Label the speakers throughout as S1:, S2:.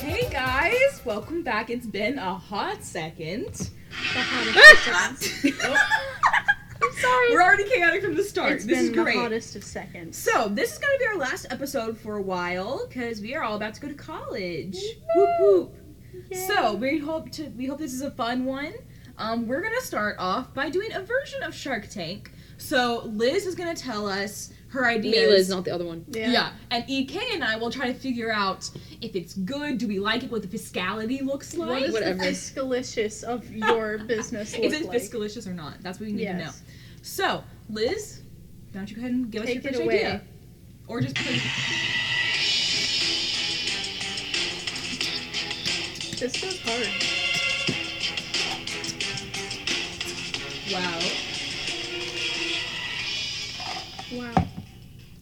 S1: Hey guys, welcome back. It's been a hot second.
S2: Ah!
S3: I'm sorry.
S1: We're already chaotic from the start.
S3: It's
S1: this
S3: been
S1: is great.
S3: the hottest of seconds.
S1: So, this is going to be our last episode for a while because we are all about to go to college. Whoop whoop. So, we hope to we hope this is a fun one. Um, we're going to start off by doing a version of Shark Tank. So, Liz is going to tell us her ideas.
S2: Mila is not the other one.
S1: Yeah. and EK and I will try to figure out if it's good, do we like it, what the fiscality looks like.
S3: What is
S2: Whatever.
S3: the fiscalicious of your business look
S1: is it
S3: like?
S1: fiscalicious or not? That's what we need to know.
S3: Yes.
S1: So, Liz, why don't you go ahead and give us
S3: Take
S1: your
S3: it
S1: first
S3: away.
S1: idea? Or just put
S3: This was hard.
S1: wow.
S3: Wow.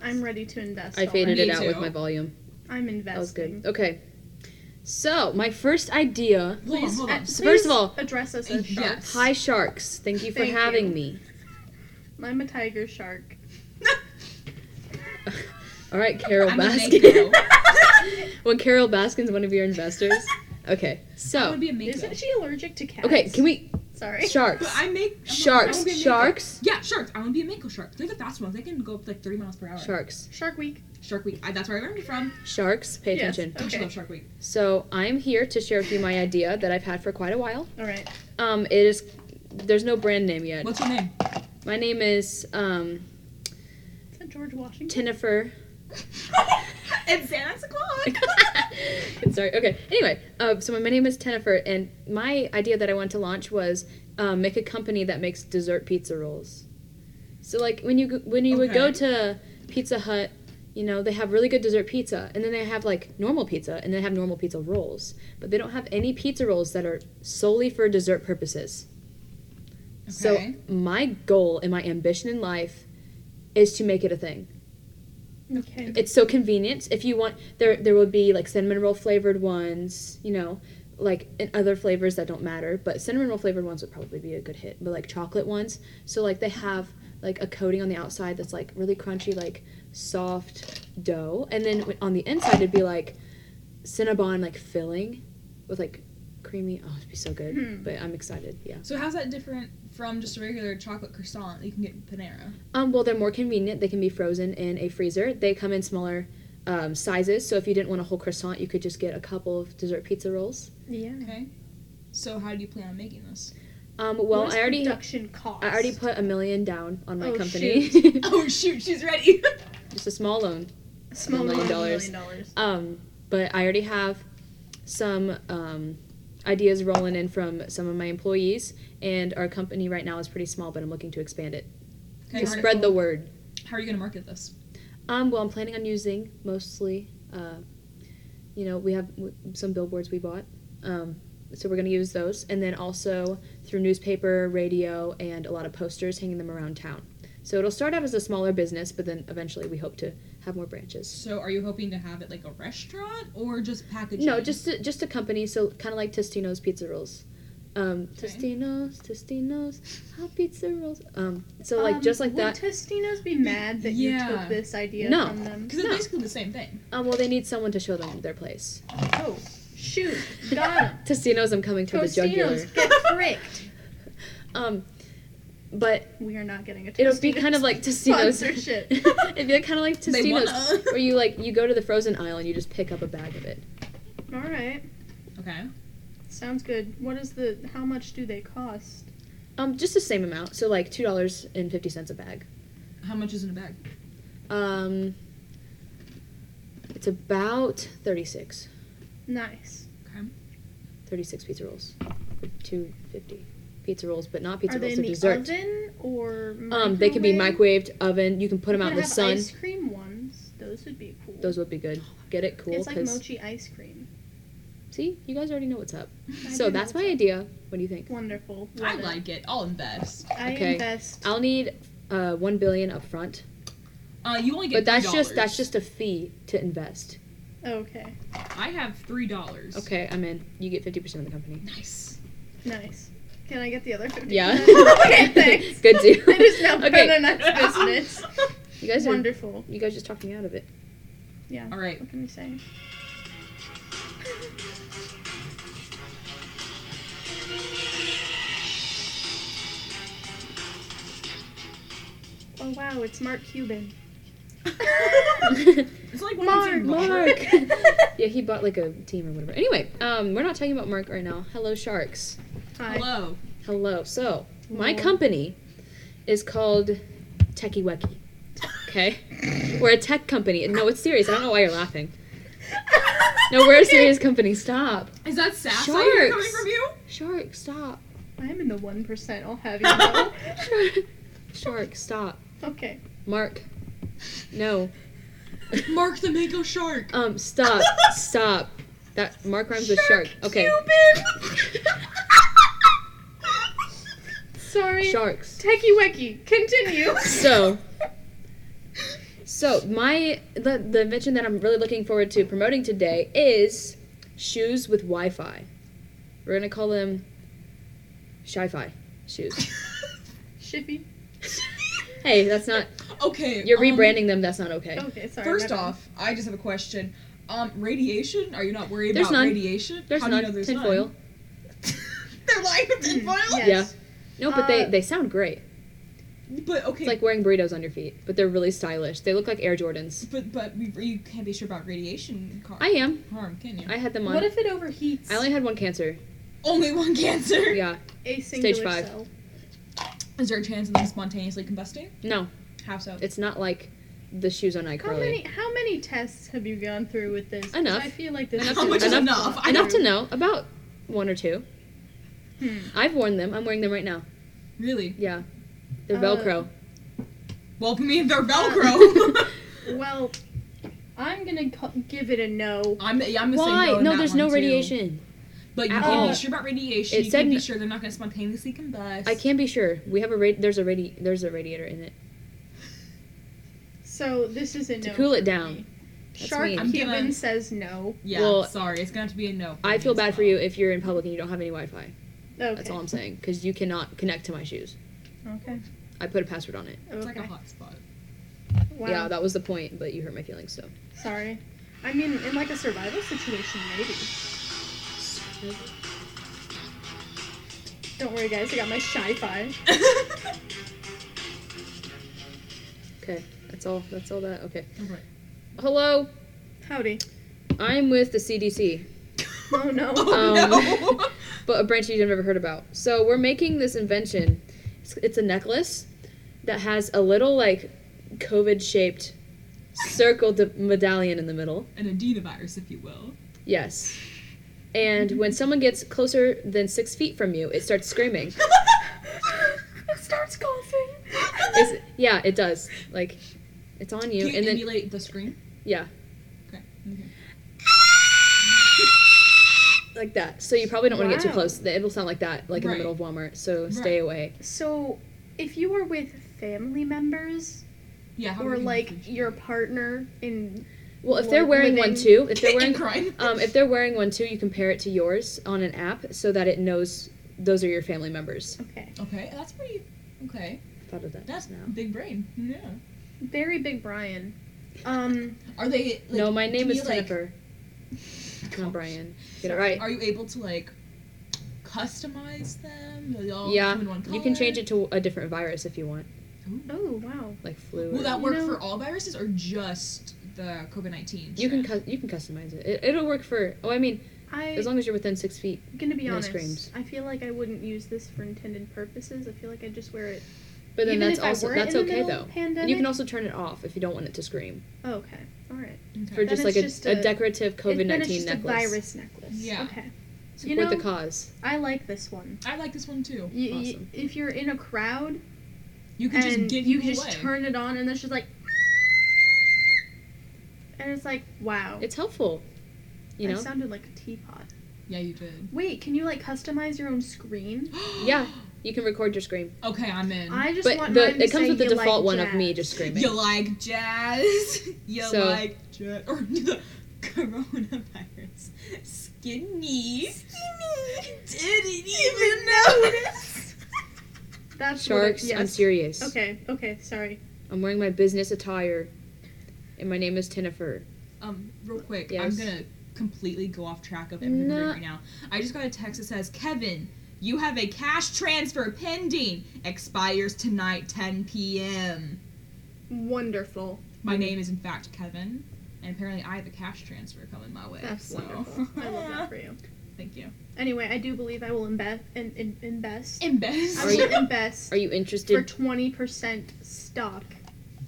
S3: I'm ready to invest.
S2: I faded
S3: already.
S2: it
S1: Me
S2: out
S1: too.
S2: with my volume.
S3: I'm investing.
S2: That was good. Okay. So, my first idea.
S1: Hold on,
S3: Please,
S1: hold
S3: uh,
S1: on.
S3: please
S2: First of all-
S3: address us as sharks.
S1: Yes.
S2: Hi, sharks. Thank you for
S3: Thank
S2: having
S3: you.
S2: me.
S3: I'm a tiger shark.
S2: All right, Carol
S1: I'm a
S2: Baskin.
S1: mako.
S2: when Carol Baskin's one of your investors. Okay.
S1: I want to
S2: So,
S1: be a mako.
S3: Isn't she allergic to cats?
S2: okay, can we
S3: Sorry.
S1: But
S2: sharks?
S1: I make I'm a- I
S2: Sharks.
S1: wanna be a mako.
S2: Sharks.
S1: Yeah, sharks. I want to be a mako shark. They're the fast ones. They can go up to like 30 miles per hour.
S2: Sharks.
S3: Shark Week.
S1: Shark Week. I, that's where I remember from.
S2: Sharks. Pay
S3: Yes.
S2: attention.
S1: Gosh, I
S3: Okay.
S1: love Shark Week.
S2: So, I'm here to share with you my idea that I've had for quite a while.
S3: All right.
S2: Um, it is. There's no brand name yet.
S1: What's your name?
S2: My name is um,
S3: Is that George Washington?
S2: Tennifer.
S1: it's Xanax o'clock.
S2: Sorry. Okay. Anyway, uh, so my name is Tennifer, and my idea that I wanted to launch was um, make a company that makes dessert pizza rolls. So like when you go- when you would go
S1: Okay.
S2: to Pizza Hut, you know they have really good dessert pizza, and then they have like normal pizza, and they have normal pizza rolls, but they don't have any pizza rolls that are solely for dessert purposes. So
S1: Okay.
S2: my goal and my ambition in life is to make it a thing.
S3: okay.
S2: It's so convenient. If you want, there there will be like cinnamon roll flavored ones, you know, like and other flavors that don't matter. But cinnamon roll flavored ones would probably be a good hit. But like chocolate ones, so like they have like a coating on the outside that's like really crunchy, like soft dough, and then w- on the inside it'd be like Cinnabon like filling with like creamy. Oh, it'd be so good.
S3: Hmm.
S2: But I'm excited. Yeah.
S1: So how's that different from just a regular chocolate croissant that you can get in Panera?
S2: Um, well, they're more convenient. They can be frozen in a freezer. They come in smaller um, sizes, so if you didn't want a whole croissant, you could just get a couple of dessert pizza rolls.
S3: yeah.
S1: Okay. So how do you plan on making this?
S2: Um, well,
S3: What is
S2: I already
S3: production cost.
S2: I already put a million down on my
S3: Oh,
S2: company,
S1: Oh shoot, she's ready.
S2: just a small loan.
S3: Small
S2: million
S3: amount of
S2: dollars.
S3: Million dollars.
S2: Um, but I already have some um, ideas rolling in from some of my employees, and our company right now is pretty small, but I'm looking to expand it
S1: Okay,
S2: to
S1: how-
S2: spread the word.
S1: How are you gonna market this?
S2: Um, well, I'm planning on using mostly, uh, you know, we have w- some billboards we bought. Um, so we're going to use those. And then also through newspaper, radio, and a lot of posters, hanging them around town. So it'll start out as a smaller business, but then eventually we hope to have more branches.
S1: So are you hoping to have it like a restaurant or just packaging?
S2: No, just a, just a company, so kind of like Tostino's Pizza Rolls. Um,
S1: Okay.
S2: Tostino's, Tostino's, hot pizza rolls. Um, so like
S3: Um,
S2: just like
S3: would
S2: that.
S3: Testinos be mad that you
S1: Yeah.
S3: took this idea
S2: No.
S3: from them?
S1: because it's
S2: No.
S1: basically the same thing.
S2: Um, well, they need someone to show them their place.
S3: Oh, shoot. Got him.
S2: Tostino's, I'm coming to the jugular.
S3: Tostinos, get fricked.
S2: Um, but
S3: We are not getting a Tostinos.
S2: it'll be kind of like Tostino's.
S3: Sponsorship.
S2: It'd be kind of like
S1: They
S2: Tostino's,
S1: wanna.
S2: where you like you go to the frozen aisle and you just pick up a bag of it.
S3: All right.
S1: Okay.
S3: Sounds good. What is the? How much do they cost?
S2: Um, just the same amount, so like two dollars and fifty cents a bag.
S1: How much is in a bag?
S2: Um, it's about 36,
S3: Nice.
S2: 36 pizza rolls, two fifty pizza rolls, but not pizza
S3: are they
S2: rolls.
S3: in
S2: They're
S3: the
S2: dessert.
S3: oven or? Microwave?
S2: Um, they could be microwaved, oven. You can put them
S3: You
S2: out in
S3: could
S2: the
S3: have
S2: sun.
S3: Ice cream ones. Those would be cool.
S2: Those would be good. Get it cool,
S3: It's like
S2: 'cause-
S3: mochi ice cream.
S2: see, you guys already know what's up.
S3: I do
S2: So
S3: know
S2: that's my
S3: what's up.
S2: idea. What do you think?
S3: Wonderful.
S1: I
S3: Love it.
S1: like it. I'll invest.
S3: I
S2: Okay.
S3: invest.
S2: I'll need uh, one billion up front.
S1: Uh, you only get.
S2: But that's
S1: $3.
S2: just that's just a fee to invest.
S3: Okay.
S1: I have three dollars.
S2: Okay, I'm in. You get 50% of the company.
S1: Nice.
S3: Nice. Can I get the other 50?
S2: Yeah.
S3: okay, thanks.
S2: Good deal.
S3: I just now
S2: Okay.
S3: okay. found a nice business.
S2: You guys are,
S3: Wonderful.
S2: you guys just talked me out of it.
S3: Yeah.
S1: All right.
S3: What can we say? Oh wow, it's Mark Cuban.
S1: It's like when
S3: Mark,
S1: it's
S2: Mark. yeah, he bought like a team or whatever. Anyway, um, we're not talking about Mark right now. Hello, sharks.
S3: Hi.
S1: Hello.
S2: Hello. So my
S3: Hello.
S2: company is called Techie Wecky. Okay, we're a tech company. No, it's serious. I don't know why you're laughing. No, we're a serious company. Stop.
S1: Is that sass I hear coming
S2: Sharks.
S1: from you?
S2: Shark, stop.
S3: I'm in the one percent. I'll have you know.
S2: Shark, shark, stop.
S3: okay.
S2: Mark, no.
S1: Mark the Mako shark.
S2: Um, stop, stop. That Mark rhymes with shark. Okay,
S3: Sorry.
S2: sharks.
S3: Techie Wecky, continue.
S2: So, so my the, the invention that I'm really looking forward to promoting today is shoes with Wi-Fi. We're gonna call them Shi-Fi shoes.
S3: Shippy.
S2: hey, that's not.
S1: okay.
S2: You're
S1: um, oh,
S2: rebranding them. That's not okay.
S3: Okay, sorry.
S1: First
S3: my bad.
S1: off, I just have a question. Um, radiation? Are you not worried
S2: There's
S1: about
S2: none. Mm,
S1: radiation?
S2: There's
S1: How do you know
S2: not
S1: there's
S2: tinfoil.
S1: They're lying with tinfoil?
S3: Yes.
S2: Yeah. No, but they
S3: Uh,
S2: they sound great.
S1: But okay.
S2: It's like wearing burritos on your feet, but they're really stylish. They look like Air Jordans.
S1: but but we, you can't be sure about radiation car-
S2: I am.
S1: harm, can you?
S2: I had them on.
S3: What if it overheats?
S2: I only had one cancer.
S1: Only one cancer.
S2: Yeah.
S3: a singular
S2: five.
S3: cell.
S1: Is there a chance of them spontaneously combusting?
S2: No,
S1: How so?
S2: it's not like the shoes on iCarly.
S3: How many how many tests have you gone through with this? 'Cause
S2: Enough.
S3: I feel like this.
S2: Enough
S3: is
S2: to-
S3: a
S2: Which is
S3: lot.
S1: enough. I
S2: Enough to know about one or two.
S3: Hmm.
S2: I've worn them. I'm wearing them right now.
S1: Really?
S2: Yeah. They're
S3: Uh,
S2: Velcro.
S1: Well, I mean, they're Velcro.
S3: Hmm. Well, I'm gonna co- give it a no.
S1: I'm, yeah, I'm the
S2: Why?
S1: same. though in
S2: no,
S1: that
S2: there's
S1: one,
S2: no
S1: too.
S2: radiation.
S1: But you
S2: At
S1: can't
S3: all.
S1: be sure about radiation.
S2: It
S1: you
S2: said
S1: can't be
S2: n-
S1: sure they're not going to spontaneously combust.
S2: I can't be sure. We have a radi- there's a radi- there's a radiator in it.
S3: So this is a no.
S2: To cool it
S3: for
S2: down.
S3: me.
S2: That's
S3: Shark
S2: me.
S1: I'm
S3: Cuban
S1: gonna-
S3: says no.
S1: Yeah,
S2: Well,
S1: sorry. It's going to have to be a no.
S2: I
S1: me
S2: feel
S1: as
S2: bad for
S1: well.
S2: you if you're in public and you don't have any Wi-Fi.
S3: Okay.
S2: That's all I'm saying because you cannot connect to my shoes.
S3: Okay.
S2: I put a password on it.
S1: It's
S3: Okay.
S1: like a hotspot.
S3: wow.
S2: Yeah, that was the point, but you hurt my feelings. So
S3: Sorry. I mean, in like a survival situation, maybe. Don't worry, guys. I got my shy fi.
S2: okay, that's all. That's all that. Okay.
S1: Okay.
S2: Hello,
S3: Howdy.
S2: I'm with the CDC.
S3: Oh no.
S1: Oh,
S2: Um,
S1: no.
S2: but a branch you've never heard about. So we're making this invention. It's, it's a necklace that has a little like COVID-shaped circle de- medallion in the middle.
S1: An adenovirus, if you will.
S2: Yes. And when someone gets closer than six feet from you, it starts screaming.
S3: It starts coughing.
S2: It's, yeah, it does. Like, it's on you.
S1: Do you
S2: and then,
S1: emulate the scream?
S2: yeah,
S1: Okay. okay.
S2: like that. So you probably don't want to get too
S3: Wow.
S2: close. It'll sound like that, like in the
S1: Right.
S2: middle of Walmart. So stay
S1: Right.
S2: away.
S3: So, if you were with family members
S1: Yeah. How
S3: or
S1: are you
S3: like your partner in
S2: Well, if they're
S3: Like
S2: wearing one
S3: living-
S2: too, if they're
S1: And
S2: wearing
S1: crime.
S2: Um, if they're wearing one too, you compare it to yours on an app so that it knows those are your family members.
S3: okay,
S1: okay, that's pretty. Okay,
S2: Thought of that
S1: that's
S2: just now.
S1: big brain. Yeah.
S3: very big Brian. Um,
S1: Are they? Like,
S2: no, my name
S1: do
S2: is
S1: you, like-
S2: Jennifer. not Brian. Get it right.
S1: Are you able to like customize them? They all
S2: Yeah,
S1: come in one
S2: You can
S1: color?
S2: change it to a different virus if you want,
S3: oh wow.
S2: like flu.
S1: Will
S2: or-
S1: that
S3: You
S1: work
S3: know-
S1: for all viruses or just the COVID nineteen?
S2: you can cu- you can customize it. it. It'll work for. Oh, I mean,
S3: I
S2: as long as you're within six feet.
S3: am gonna be
S2: no
S3: honest.
S2: screams.
S3: I feel like I wouldn't use this for intended purposes. I feel like I would just wear it.
S2: But then
S3: Even
S2: that's
S3: if I
S2: also
S3: weren't
S2: that's
S3: in the
S2: okay
S3: middle
S2: though.
S3: of
S2: And you
S3: pandemic?
S2: can also turn it off if you don't want it to scream
S3: Oh, okay, all right.
S1: Okay.
S2: for
S3: Then
S2: just
S3: it's
S2: like a,
S3: just
S2: a
S3: a-
S2: decorative
S3: It-
S2: COVID
S3: then it's
S2: nineteen
S3: just
S2: necklace.
S3: a virus necklace.
S1: Yeah.
S3: Okay.
S2: Support
S3: You
S2: the
S3: know-
S2: cause.
S3: I like this one.
S1: I like this one too.
S3: Y- y-
S2: Awesome.
S3: if you're in a crowd
S1: You can just
S3: and
S1: get
S3: you
S1: away.
S3: just turn it on and it's just like, and it's like wow.
S2: It's helpful. You
S3: I
S2: know.
S3: sounded like a teapot.
S1: Yeah, you did.
S3: Wait, can you like customize your own screen?
S2: Yeah. You can record your scream.
S1: Okay, I'm in.
S3: I just
S2: but
S3: want mine
S2: the,
S3: to
S2: it comes
S3: say
S2: with the
S3: you like
S2: default one of
S3: jazz.
S2: me just screaming.
S1: You like jazz? You
S2: So-
S1: like jazz? Or the coronavirus. Skinny. Skinny. Didn't even notice.
S3: That's what it-
S2: Sharks, I'm
S3: yes.
S2: serious.
S3: Okay, okay, sorry.
S2: I'm wearing my business attire, and my name is Tennifer.
S1: um, real quick,
S2: Yes.
S1: I'm gonna completely go off track of everything we're doing
S2: No.
S1: right now. I just got a text that says, Kevin, you have a cash transfer pending. Expires tonight, 10 p.m.
S3: Wonderful.
S2: Mm.
S1: My name is in fact Kevin, and apparently I have a cash transfer coming my way.
S3: That's
S1: so.
S3: wonderful. I love that for you.
S1: Thank you.
S3: Anyway, I do believe I will imbe- in, in, invest. I
S1: Embest.
S2: Are
S3: will
S2: you-
S3: invest
S2: Are you
S3: for
S2: interested?
S3: twenty percent stock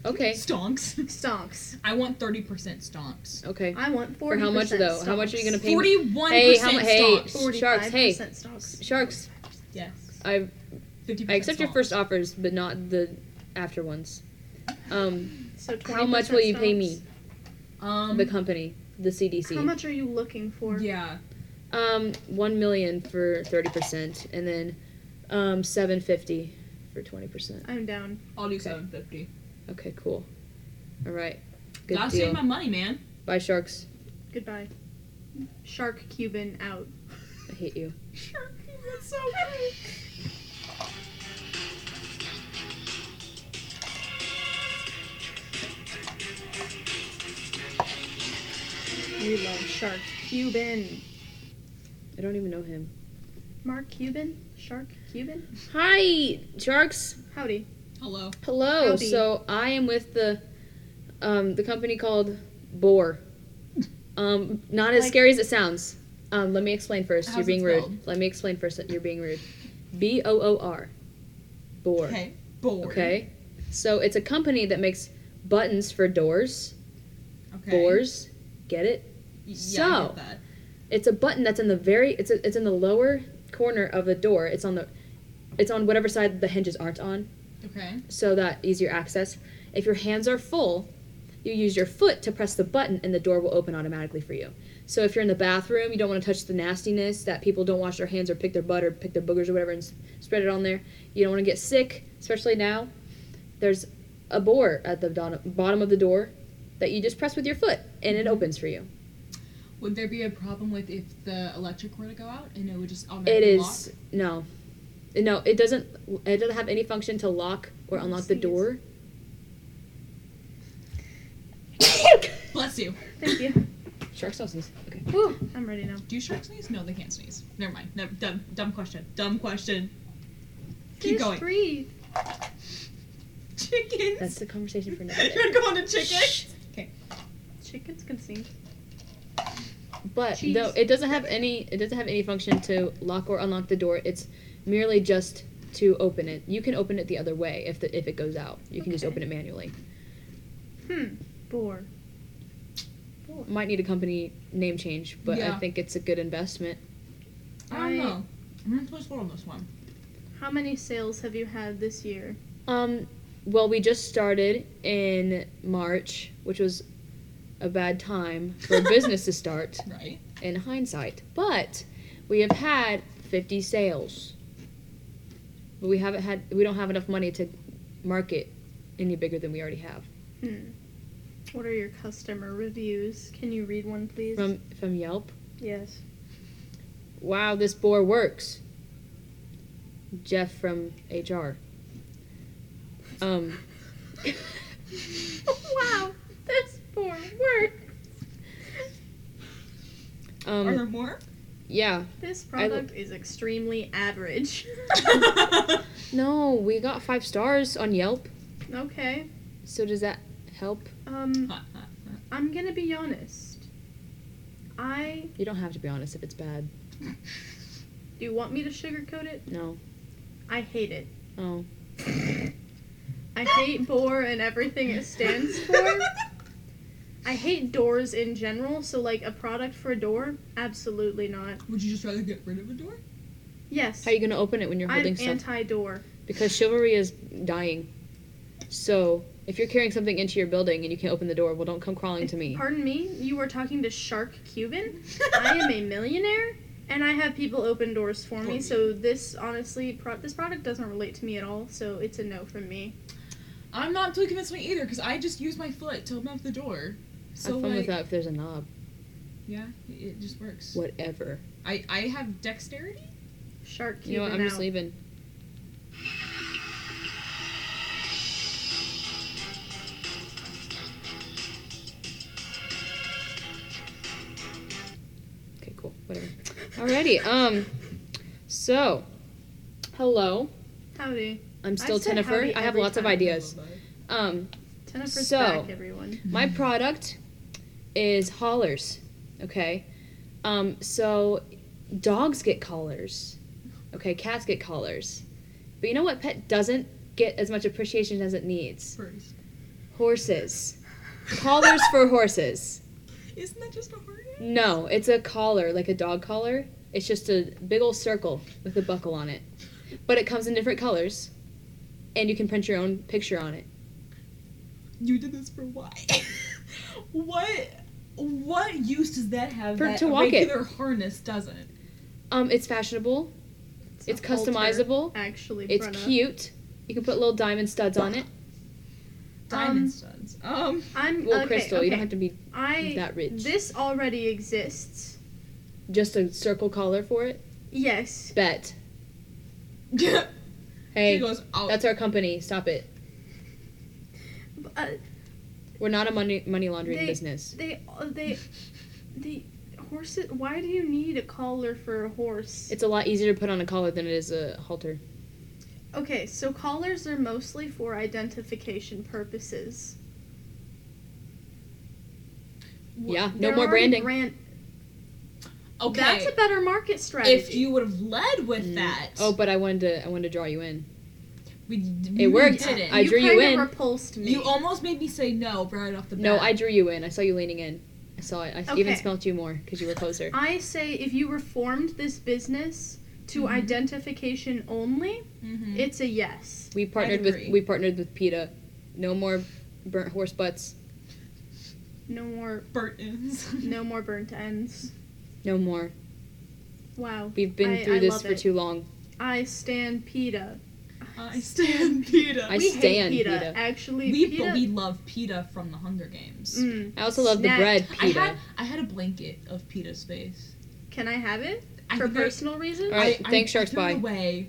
S2: Okay.
S1: Stonks.
S3: stonks.
S1: I want 30% stonks.
S2: Okay.
S3: I want
S2: For
S3: forty.
S2: how much though? How much are you gonna pay? me?
S1: 41%
S2: Hey, how mu- hey.
S1: stonks.
S3: Forty-five
S2: Sharks, hey.
S3: percent stocks.
S2: Sharks.
S1: Yes.
S2: I
S1: 50%
S2: I accept your
S1: stonks.
S2: first offers, but not the after ones. Um,
S3: So 20%
S2: how much will you pay
S3: stocks.
S2: me?
S1: Um,
S2: The company,
S3: How
S2: the CDC.
S3: much are you looking for?
S1: yeah.
S2: Um, one million for thirty percent, and then um seven fifty for twenty percent.
S3: I'm down.
S1: I'll do
S2: Okay.
S1: 750.
S2: Okay, cool. All right. Good
S1: Gotta
S2: deal.
S1: save my money, man.
S2: Bye, sharks.
S3: Goodbye. Shark Cuban out.
S2: I hate you.
S1: Sure, that's so great.
S3: We love Shark Cuban.
S2: I don't even know him.
S3: Mark Cuban? Shark Cuban?
S2: Hi, sharks.
S3: Howdy.
S1: Hello.
S2: Hello.
S3: Howdy.
S2: So I am with the um, the company called Boar. Um, not as
S3: Like-
S2: scary as it sounds. Um, let me explain first.
S1: How's
S2: you're
S1: it
S2: being rude.
S1: spelled?
S2: Let me explain first that you're being rude. B O O R. Boar.
S1: Okay. Bored.
S2: Okay? So it's a company that makes buttons for doors.
S1: Okay.
S2: Boars. Get it?
S1: Y- Yeah, I
S2: So-
S1: get that.
S2: It's a button that's in the very it's a, it's in the lower corner of the door. It's on the it's on whatever side the hinges aren't on.
S1: Okay.
S2: so that easier access. If your hands are full, you use your foot to press the button and the door will open automatically for you. So if you're in the bathroom, you don't want to touch the nastiness that people don't wash their hands or pick their butt or pick their boogers or whatever and s- spread it on there. You don't want to get sick, especially now. There's a bore at the don- bottom of the door that you just press with your foot and it opens for you.
S1: Would there be a problem with if the electric were to go out and it would just
S2: It
S1: automatically lock?
S2: is no. No, it doesn't it doesn't have any function to lock or unlock the
S3: Sneeze.
S2: door.
S1: Bless you.
S3: Thank you.
S2: Shark sauces. Okay.
S3: I'm ready now.
S1: Do sharks sneeze? No, they can't sneeze. Never mind. No, dumb, dumb question. Dumb question. Keep
S3: Just
S1: going.
S3: breathe.
S1: Chickens.
S2: That's the conversation for another day.
S1: You're going to chicken.
S3: Chickens can sing.
S2: But
S3: Cheese.
S2: though it doesn't have any, it doesn't have any function to lock or unlock the door. It's merely just to open it. You can open it the other way if the, if it goes out. You can just
S3: Okay.
S2: open it manually.
S3: Hmm. Boar.
S2: Might need a company name change, but
S1: Yeah.
S2: I think it's a good investment.
S1: I don't
S3: I-
S1: know. I'm gonna play slow on this one.
S3: How many sales have you had this year?
S2: Um, well, we just started in March, which was a bad time for business to start
S1: Right.
S2: in hindsight. But we have had 50 sales. But we haven't had we don't have enough money to market any bigger than we already have.
S3: Hmm. What are your customer reviews? Can you read one, please?
S2: From from Yelp.
S3: yes.
S2: Wow, this boar works. Jeff from HR. Um
S3: wow. That's boar work.
S1: Are
S2: um
S1: there more?
S2: yeah.
S3: This
S2: I lo-
S3: product is extremely average.
S2: No, we got 5 stars on Yelp.
S3: okay.
S2: So does that help?
S3: Um, I'm gonna be honest. I.
S2: You don't have to be honest if it's bad.
S3: Do you want me to sugarcoat it?
S2: No.
S3: I hate it.
S2: Oh.
S3: I hate boar and everything it stands for. I hate doors in general, so like a product for a door, absolutely not.
S1: Would you just rather get rid of a door?
S3: Yes.
S2: How are you going to open it when you're holding
S3: I'm
S2: stuff?
S3: anti-door.
S2: Because chivalry is dying. So, if you're carrying something into your building and you can't open the door, well, don't come crawling to me.
S3: Pardon me, you were talking to Shark Cuban? I am a millionaire and I have people open doors for me, so this honestly pro- this product doesn't relate to me at all, so it's a no from me.
S1: I'm not totally convinced me either because I just use my foot to open up the door. So
S2: Have fun
S1: like,
S2: with that if there's a knob.
S1: Yeah, it just works.
S2: Whatever.
S1: I I have dexterity.
S3: Shark
S2: You know
S3: Cuban
S2: what? I'm
S3: out.
S2: just leaving. Okay, cool. Whatever. Alrighty. Um. So, hello.
S3: Howdy.
S2: I'm still
S3: said
S2: Tennifer.
S3: howdy
S2: I have
S3: every
S2: lots of
S3: time.
S2: ideas. Um,
S3: Tennifer's
S2: So-
S3: back, everyone.
S2: my product is collars. Okay. Um, so dogs get collars. Okay, cats get collars. But you know what pet doesn't get as much appreciation as it needs?
S1: First.
S2: Horses. Collars for horses.
S1: Isn't that just a hornet?
S2: No, it's a collar, like a dog collar. It's just a big old circle with a buckle on it. But it comes in different colors. And you can print your own picture on it.
S1: You did this for why? what? What use does that have
S2: For-
S1: that
S2: to
S1: a
S2: walk it.
S1: regular harness doesn't?
S2: Um, it's fashionable, it's
S3: a halter,
S2: customizable,
S3: Actually,
S2: it's
S3: Brenna.
S2: cute. You can put little diamond studs on it.
S1: Diamond
S3: Um,
S1: studs. Um,
S3: I'm
S2: Well,
S3: okay,
S2: crystal, you don't
S3: okay.
S2: have to be
S3: I
S2: that rich.
S3: this already exists.
S2: just a circle collar for it.
S3: Yes.
S2: Bet.
S1: she
S2: Hey,
S1: Um, goes. Oh,
S2: that's our company. Stop it.
S3: Uh,
S2: We're not a money money laundering
S3: They-
S2: business.
S3: they they the horses. Why do you need a collar for a horse?
S2: It's a lot easier to put on a collar than it is a halter.
S3: okay, so collars are mostly for identification purposes.
S1: Wha-
S2: Yeah, no
S3: They're
S2: more
S3: already
S2: branding.
S3: Brand-
S1: okay.
S3: That's a better market strategy.
S1: if you would have led with
S2: Mm.
S1: that,
S2: Oh, but I wanted to I wanted to draw you in.
S1: we, we
S2: It worked.
S1: Didn't.
S2: I drew you
S3: kinda
S2: in.
S3: repulsed me.
S1: you almost made me say no right off the bat.
S2: No, I drew you in. I saw you leaning in. I saw it. I even
S3: Okay.
S2: smelt you more because you were closer.
S3: I say if you reformed this business to
S2: Mm-hmm.
S1: Mhm.
S3: identification only,
S1: Mhm.
S3: it's a yes.
S2: We partnered with
S1: agree.
S2: we partnered with PETA. No more burnt horse butts.
S3: No more
S1: Burton's.
S3: no more burnt ends.
S2: No more.
S3: Wow.
S2: We've been
S3: I-
S2: through
S3: I
S2: this
S3: love
S2: for
S3: it.
S2: too long.
S3: I stand PETA.
S1: I stand PETA.
S2: I
S3: we
S2: stand
S3: hate PETA.
S2: PETA.
S3: Actually,
S1: we,
S3: PETA.
S1: but we love PETA from the Hunger Games.
S3: Mm.
S2: I also love the
S3: Snack.
S2: bread,
S1: I
S2: PETA.
S1: had I had a blanket of PETA's face.
S3: Can I have it
S1: I
S3: for
S1: think I-
S3: personal reasons?
S2: All right,
S1: I,
S2: thanks,
S1: I, I
S2: Sharks,
S1: threw it
S2: bye.
S1: Away.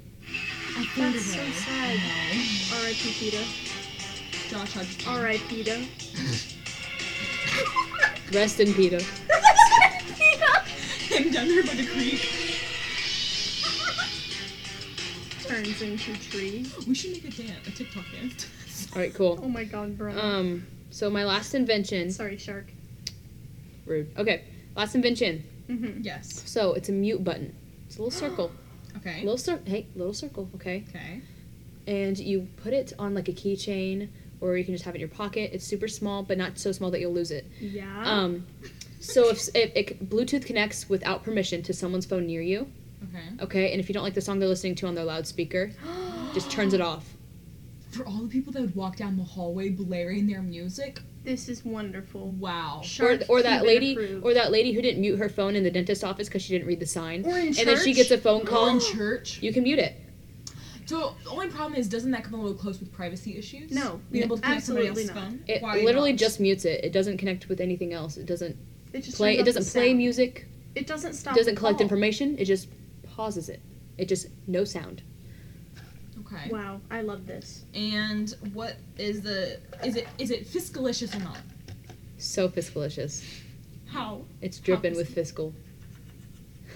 S1: I threw it
S3: That's so
S1: away.
S3: sad.
S1: I
S3: R.I.P. PETA.
S1: know. Josh Hudson.
S3: R.I.P. PETA.
S2: Rest in PETA.
S1: Him down there by the creek.
S3: Turns into tree.
S1: We should make a dance, a TikTok dance.
S2: All right, cool.
S3: Oh my God, bro.
S2: Um, so my last invention.
S3: Sorry, shark.
S2: Rude. Okay, last invention.
S3: Mm-hmm.
S1: yes.
S2: So it's a mute button. It's a little circle.
S1: Okay.
S2: little cir- Hey, little circle. Okay.
S1: Okay.
S2: And you put it on like a keychain, or you can just have it in your pocket. It's super small, but not so small that you'll lose it.
S3: Yeah.
S2: Um, so if, if it Bluetooth connects without permission to someone's phone near you,
S1: Okay.
S2: okay, and if you don't like the song they're listening to on their loudspeaker, just turns it off.
S1: For all the people that would walk down the hallway blaring their music,
S3: this is wonderful.
S1: wow.
S2: Or,
S3: Shark
S2: or that
S3: Cuban
S2: lady,
S3: approved.
S2: or that lady who didn't mute her phone in the dentist office because she didn't read the sign,
S3: Or in
S2: and then she
S3: church.
S2: gets a phone
S1: Call in
S2: call.
S1: church.
S2: You can mute it.
S1: So the only problem is, doesn't that come a little close with privacy issues?
S3: No,
S1: Being able to connect somebody
S3: absolutely
S1: else's
S3: not.
S1: phone.
S2: It
S1: Why
S2: literally
S1: not?
S2: just mutes it. It doesn't connect with anything else. It doesn't
S3: It just
S2: play.
S3: turns
S2: It
S3: off the
S2: doesn't play
S3: sound.
S2: music.
S3: It doesn't
S2: It
S3: stop.
S2: doesn't
S3: the
S2: collect
S3: call.
S2: information. It just pauses it. It just no sound.
S1: Okay.
S3: Wow, I love this.
S1: And what is the is it is it fiscalicious or not?
S2: So fiscalicious.
S1: How?
S2: It's dripping with fiscal.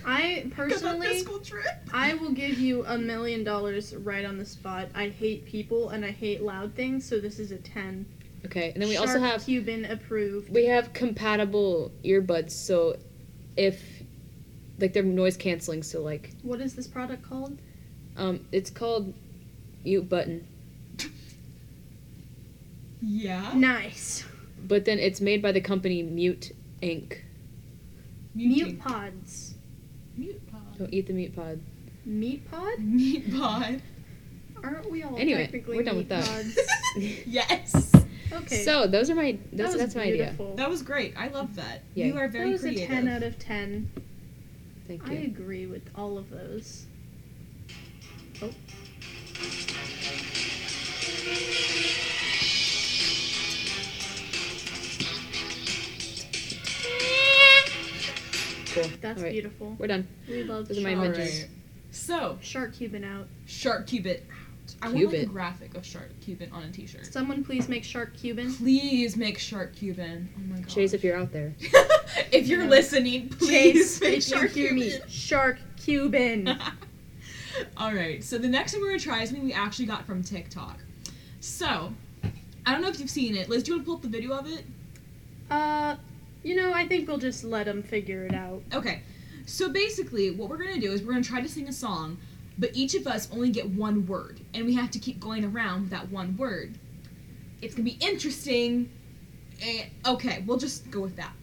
S3: I personally,
S1: trip.
S3: I will give you a million dollars right on the spot. I hate people and I hate loud things, so this is a ten.
S2: Okay, and then we
S3: Shark
S2: also have
S3: Cuban approved.
S2: we have compatible earbuds. So if like they're noise canceling. So like
S3: What is this product called?
S2: um, it's called mute button.
S3: Oh.
S1: Yeah.
S3: Nice.
S2: But then it's made by the company Mute Inc.
S3: Mute pods.
S1: Mute pod.
S2: Don't eat the meat pod.
S3: Meat pod?
S1: Meat pod.
S3: Aren't we all
S2: Anyway,
S3: technically
S2: we're done
S3: meat
S2: with that.
S3: pods?
S1: yes.
S3: Okay.
S2: So those are my
S3: that
S2: those,
S3: was
S2: that's my idea.
S3: beautiful.
S1: That was great. I love that.
S2: Yeah.
S1: You are
S3: That
S1: very
S3: was
S1: creative.
S3: a ten out of ten.
S2: Thank
S3: I
S2: you.
S3: agree with all of those. Oh.
S2: Cool.
S3: That's
S2: All right.
S3: beautiful.
S2: We're done.
S3: We love
S2: Those are my
S3: shark.
S2: images.
S1: So
S3: Shark Cuban out.
S1: shark cubit. I want like, a
S2: Cubit.
S1: graphic of shark cubit on a t-shirt.
S3: Someone please make Shark Cuban.
S1: Please make shark Cuban. Oh my god.
S2: Chase, if you're out there.
S1: if you're
S3: No.
S1: listening, please
S3: Chase,
S1: make
S3: if you
S1: shark
S3: hear me,
S1: Cuban.
S3: Shark Cuban.
S1: All right. So the next one we're gonna try is something we actually got from TikTok. So I don't know if you've seen it. Liz, do you want to pull up the video of it?
S3: Uh, you know, I think we'll just let them figure it out.
S1: Okay. So basically, what we're gonna do is we're gonna try to sing a song, but each of us only get one word, and we have to keep going around with that one word. It's gonna be interesting. And okay, we'll just go with that.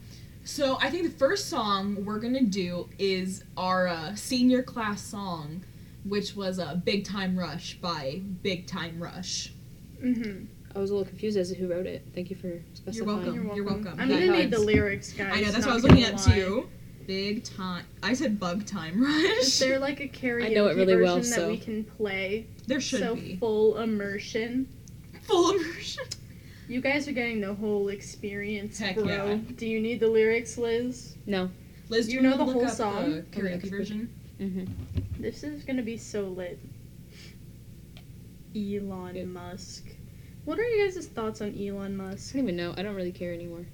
S1: So I think the first song we're gonna do is our uh, senior class song, which was uh, "Big Time Rush" by Big Time Rush.
S3: Mm-hmm.
S2: I was a little confused as to who wrote it. Thank you for
S1: You're
S2: specifying.
S1: welcome. You're welcome.
S3: I'm
S2: That
S3: gonna need the
S2: helps.
S3: lyrics, guys.
S1: I know that's what
S3: not
S1: I was
S3: gonna
S1: looking at
S3: lie.
S1: too. Big time. I said "Bug Time Rush."
S3: Is there like a karaoke
S2: know it really
S3: version
S2: well,
S3: that
S2: so-
S3: we can play?
S1: There should
S3: so
S1: be
S3: full immersion.
S1: full immersion.
S3: You guys are getting the whole experience,
S1: Heck
S3: bro.
S1: yeah.
S3: Do you need the lyrics, Liz?
S2: No.
S1: Liz, do
S3: You
S1: you,
S3: know
S1: wanna
S3: the
S1: look
S3: whole
S1: up
S3: song?
S1: The
S2: Okay,
S1: karaoke
S2: okay.
S1: version.
S2: Mm-hmm.
S3: This is gonna be so lit. Elon
S2: It-
S3: Musk. What are you guys' thoughts on Elon
S2: I
S3: Musk?
S2: don't even know. I don't really care anymore.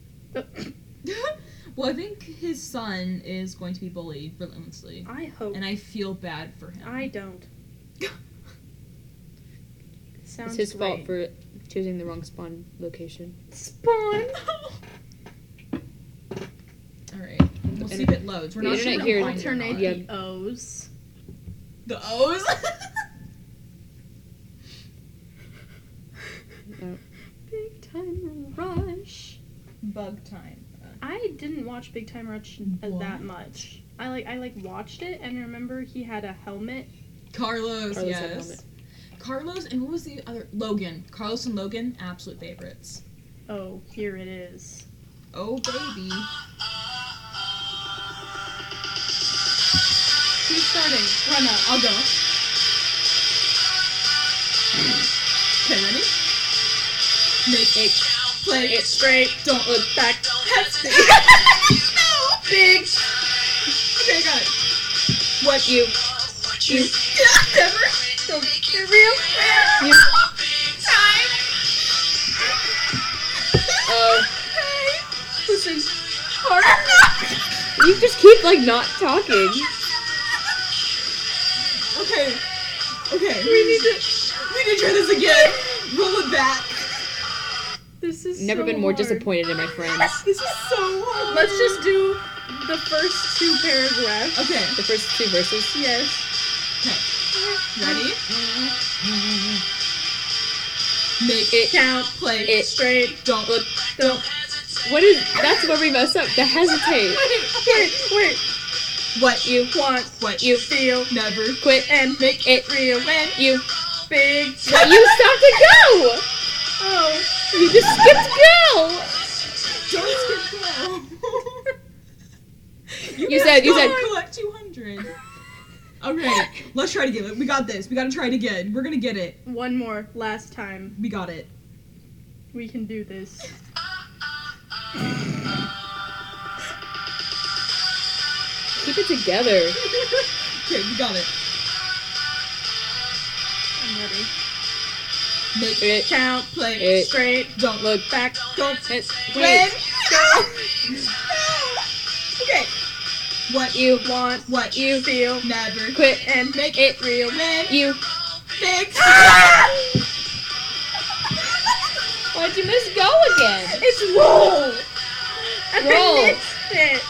S1: well, I think his son is going to be bullied relentlessly,
S3: I hope.
S1: and I feel bad for him.
S3: I don't. Sounds
S2: it's his fault
S3: great.
S2: for choosing the wrong spawn location.
S3: Spawn.
S1: All right, we'll see if it loads. We're
S2: The
S1: not sure
S2: internet
S1: we're
S2: here-
S1: gonna find it or
S3: Alternate
S1: not.
S2: Yeah.
S3: the O's.
S1: the O's.
S2: No.
S3: Big Time Rush.
S1: Bug time.
S3: I didn't watch Big Time Rush uh,
S1: What?
S3: that much. I like I like watched it and remember he had a helmet.
S1: Carlos,
S2: Carlos had
S1: yes.
S2: helmet.
S1: Carlos and what was the other? Logan. Carlos and Logan, absolute favorites.
S3: Oh, here it is.
S1: Oh baby.
S3: Who's starting? Run up.
S1: I'll go. Okay, ready? Make,
S2: Make,
S1: play,
S2: it straight.
S1: don't look
S2: back.
S1: hefty. no! Big. Okay, I got it.
S2: What you?
S1: You. Never. Don't make it real.
S2: You-
S1: Time.
S2: Oh.
S1: Hey. Listen. Hard.
S2: You just keep like not talking.
S1: Okay. Okay. We need to. We need to try this again. Roll it back.
S3: This is
S2: Never
S3: so
S2: been more
S3: hard.
S2: disappointed in my friends.
S1: This is so hard.
S3: Let's just do the first two paragraphs.
S1: Okay.
S2: The first two verses.
S3: Yes.
S1: Ready? Make it
S2: It
S3: Count.
S1: play
S2: It-
S3: Straight.
S1: Don't look.
S3: Don't.
S2: What is? That's where we mess up. The hesitate.
S3: Wait. Wait.
S1: What you
S3: Want.
S1: what you
S2: You
S3: Feel.
S1: never
S2: quit.
S3: And.
S1: make
S2: It.
S3: Real.
S1: when
S2: You.
S3: Big.
S2: But you stopped to go.
S3: Oh.
S2: You just skipped go.
S1: don't skip go.
S2: You said. You
S1: Go
S2: said.
S1: on, collect two hundred. Okay, let's try to get it. We got this. We gotta try it again. We're gonna get it.
S3: One more. Last time.
S1: We got it.
S3: We can do this.
S2: Keep it together.
S1: okay, we got it.
S3: I'm ready.
S1: Make it
S2: It.
S3: Count.
S1: play
S2: It.
S3: Straight.
S1: Don't look
S2: Look.
S3: Back.
S1: don't
S2: It.
S1: when
S2: Wait.
S1: go. Okay. What
S2: You.
S3: Want.
S1: what
S2: You.
S3: Feel.
S1: never
S2: Quit.
S3: And.
S1: make
S2: It.
S3: Real.
S1: when
S2: You.
S1: fix.
S2: Why'd you miss go again?
S3: It's roll. And
S2: Roll.
S3: I missed it.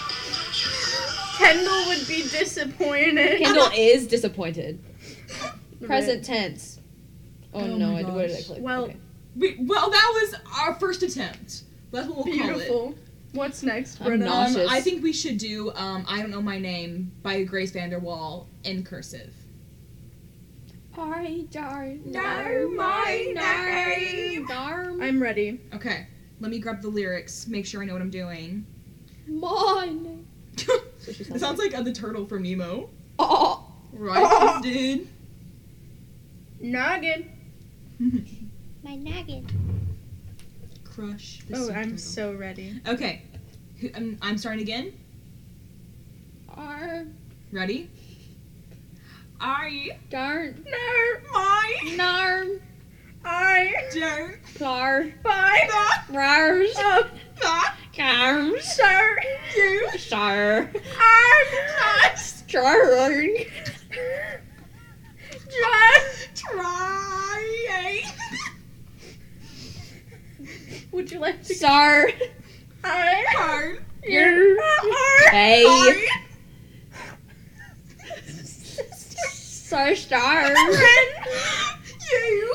S3: Kendall would be disappointed.
S2: Kendall is disappointed. Present tense. Oh,
S1: Oh
S2: no!
S1: my
S2: I, what did I
S1: gosh.
S2: click?
S3: Well,
S2: Okay.
S1: We, well, that was our first attempt. That's what we'll call it.
S3: Beautiful. What's next,
S2: I'm
S3: Brenna?
S2: not-
S1: Um,
S2: Nauseous.
S1: I think we should do um, "I Don't Know My Name" by Grace Vanderwall in cursive.
S2: I darn
S1: Know my name.
S2: darn
S3: I'm ready.
S1: Okay, let me grab the lyrics. Make sure I know what I'm doing.
S2: my name.
S1: it
S2: That's what she sounds
S1: sounds like uh, the turtle from Nemo.
S2: like. Oh,
S1: Right, dude.
S3: Noggin.
S4: My nagging.
S1: Crush. The
S3: Oh,
S1: sea
S3: I'm
S1: turtle. um,
S3: so ready.
S1: Okay, Who- I'm, I'm starting again.
S2: Are
S1: Ready? I
S2: darn
S1: my
S2: narm
S1: I don't
S2: car
S1: buy the
S2: rars
S1: of the
S2: cams
S1: show you
S2: sar
S1: I'm just
S2: charn
S1: just trying
S3: Would you like to?
S2: sar
S1: I
S2: yer hey sar star
S1: you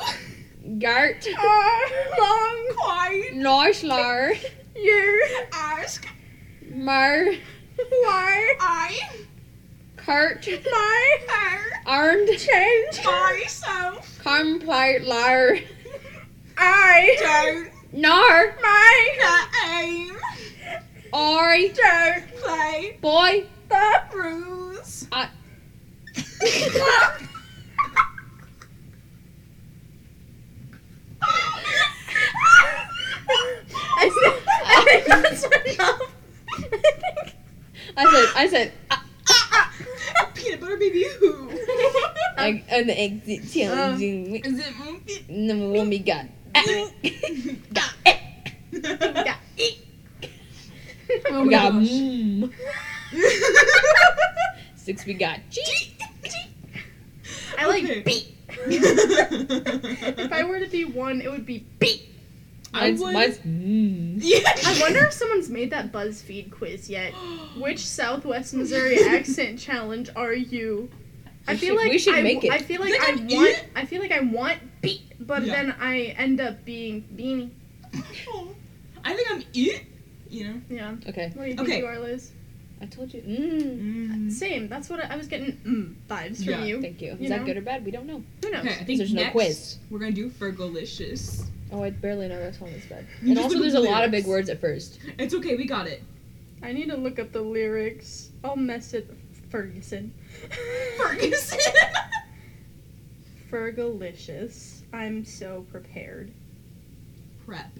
S2: gart
S1: are long quite
S2: norslar
S1: you ask
S2: mar
S1: why I
S2: cart
S1: my hair
S2: armed
S1: myself
S2: complete lar
S1: I don't
S2: nar
S1: mind the aim
S2: ori
S1: don't play
S2: boy
S1: the rules.
S2: I-
S3: I think that's enough.
S2: I said I said ah,
S1: Peanut butter baby who?
S2: I, I'm the exit challenging
S1: Is it monkey?
S2: number one we got
S1: oh
S2: we
S1: my
S2: got
S1: gosh.
S2: mm, six we got G.
S3: I like
S1: Okay.
S3: beep. If
S1: if
S3: I were to be one, it would be.
S2: Mine's, mine's mm.
S3: I wonder if someone's made that BuzzFeed quiz yet. Which Southwest Missouri accent challenge are you? I
S2: We
S3: feel
S2: should-
S3: like
S2: we should
S3: I,
S2: make it.
S3: I feel like
S1: Like
S3: I
S1: an
S3: want.
S1: idiot?
S3: I feel like I want beep, but
S1: Yeah.
S3: then I end up being beanie.
S1: I think I'm it. You know.
S3: Yeah.
S2: Okay,
S3: What do you think
S1: Okay. Mm-hmm.
S3: you are, Liz?
S2: I told you. Mm.
S3: Same. That's what I, I was getting mm, vibes from
S1: Yeah.
S3: you.
S2: Thank you. Is
S3: You
S2: that
S3: know?
S2: good or bad? We don't know.
S3: Who knows?
S1: Okay, I
S2: 'Cause
S1: think
S2: There's no
S1: next
S2: quiz.
S1: we're gonna do Fergalicious.
S2: Oh, I barely know that song is bad.
S1: You
S2: and
S1: just
S2: also,
S1: look
S2: there's
S1: at
S2: a
S1: the
S2: lot of
S1: lyrics.
S2: big words at first.
S1: It's okay, we got it.
S3: I need to look up the lyrics. I'll mess it. Ferguson.
S1: Ferguson.
S3: Fergalicious. I'm so prepared.
S1: prep.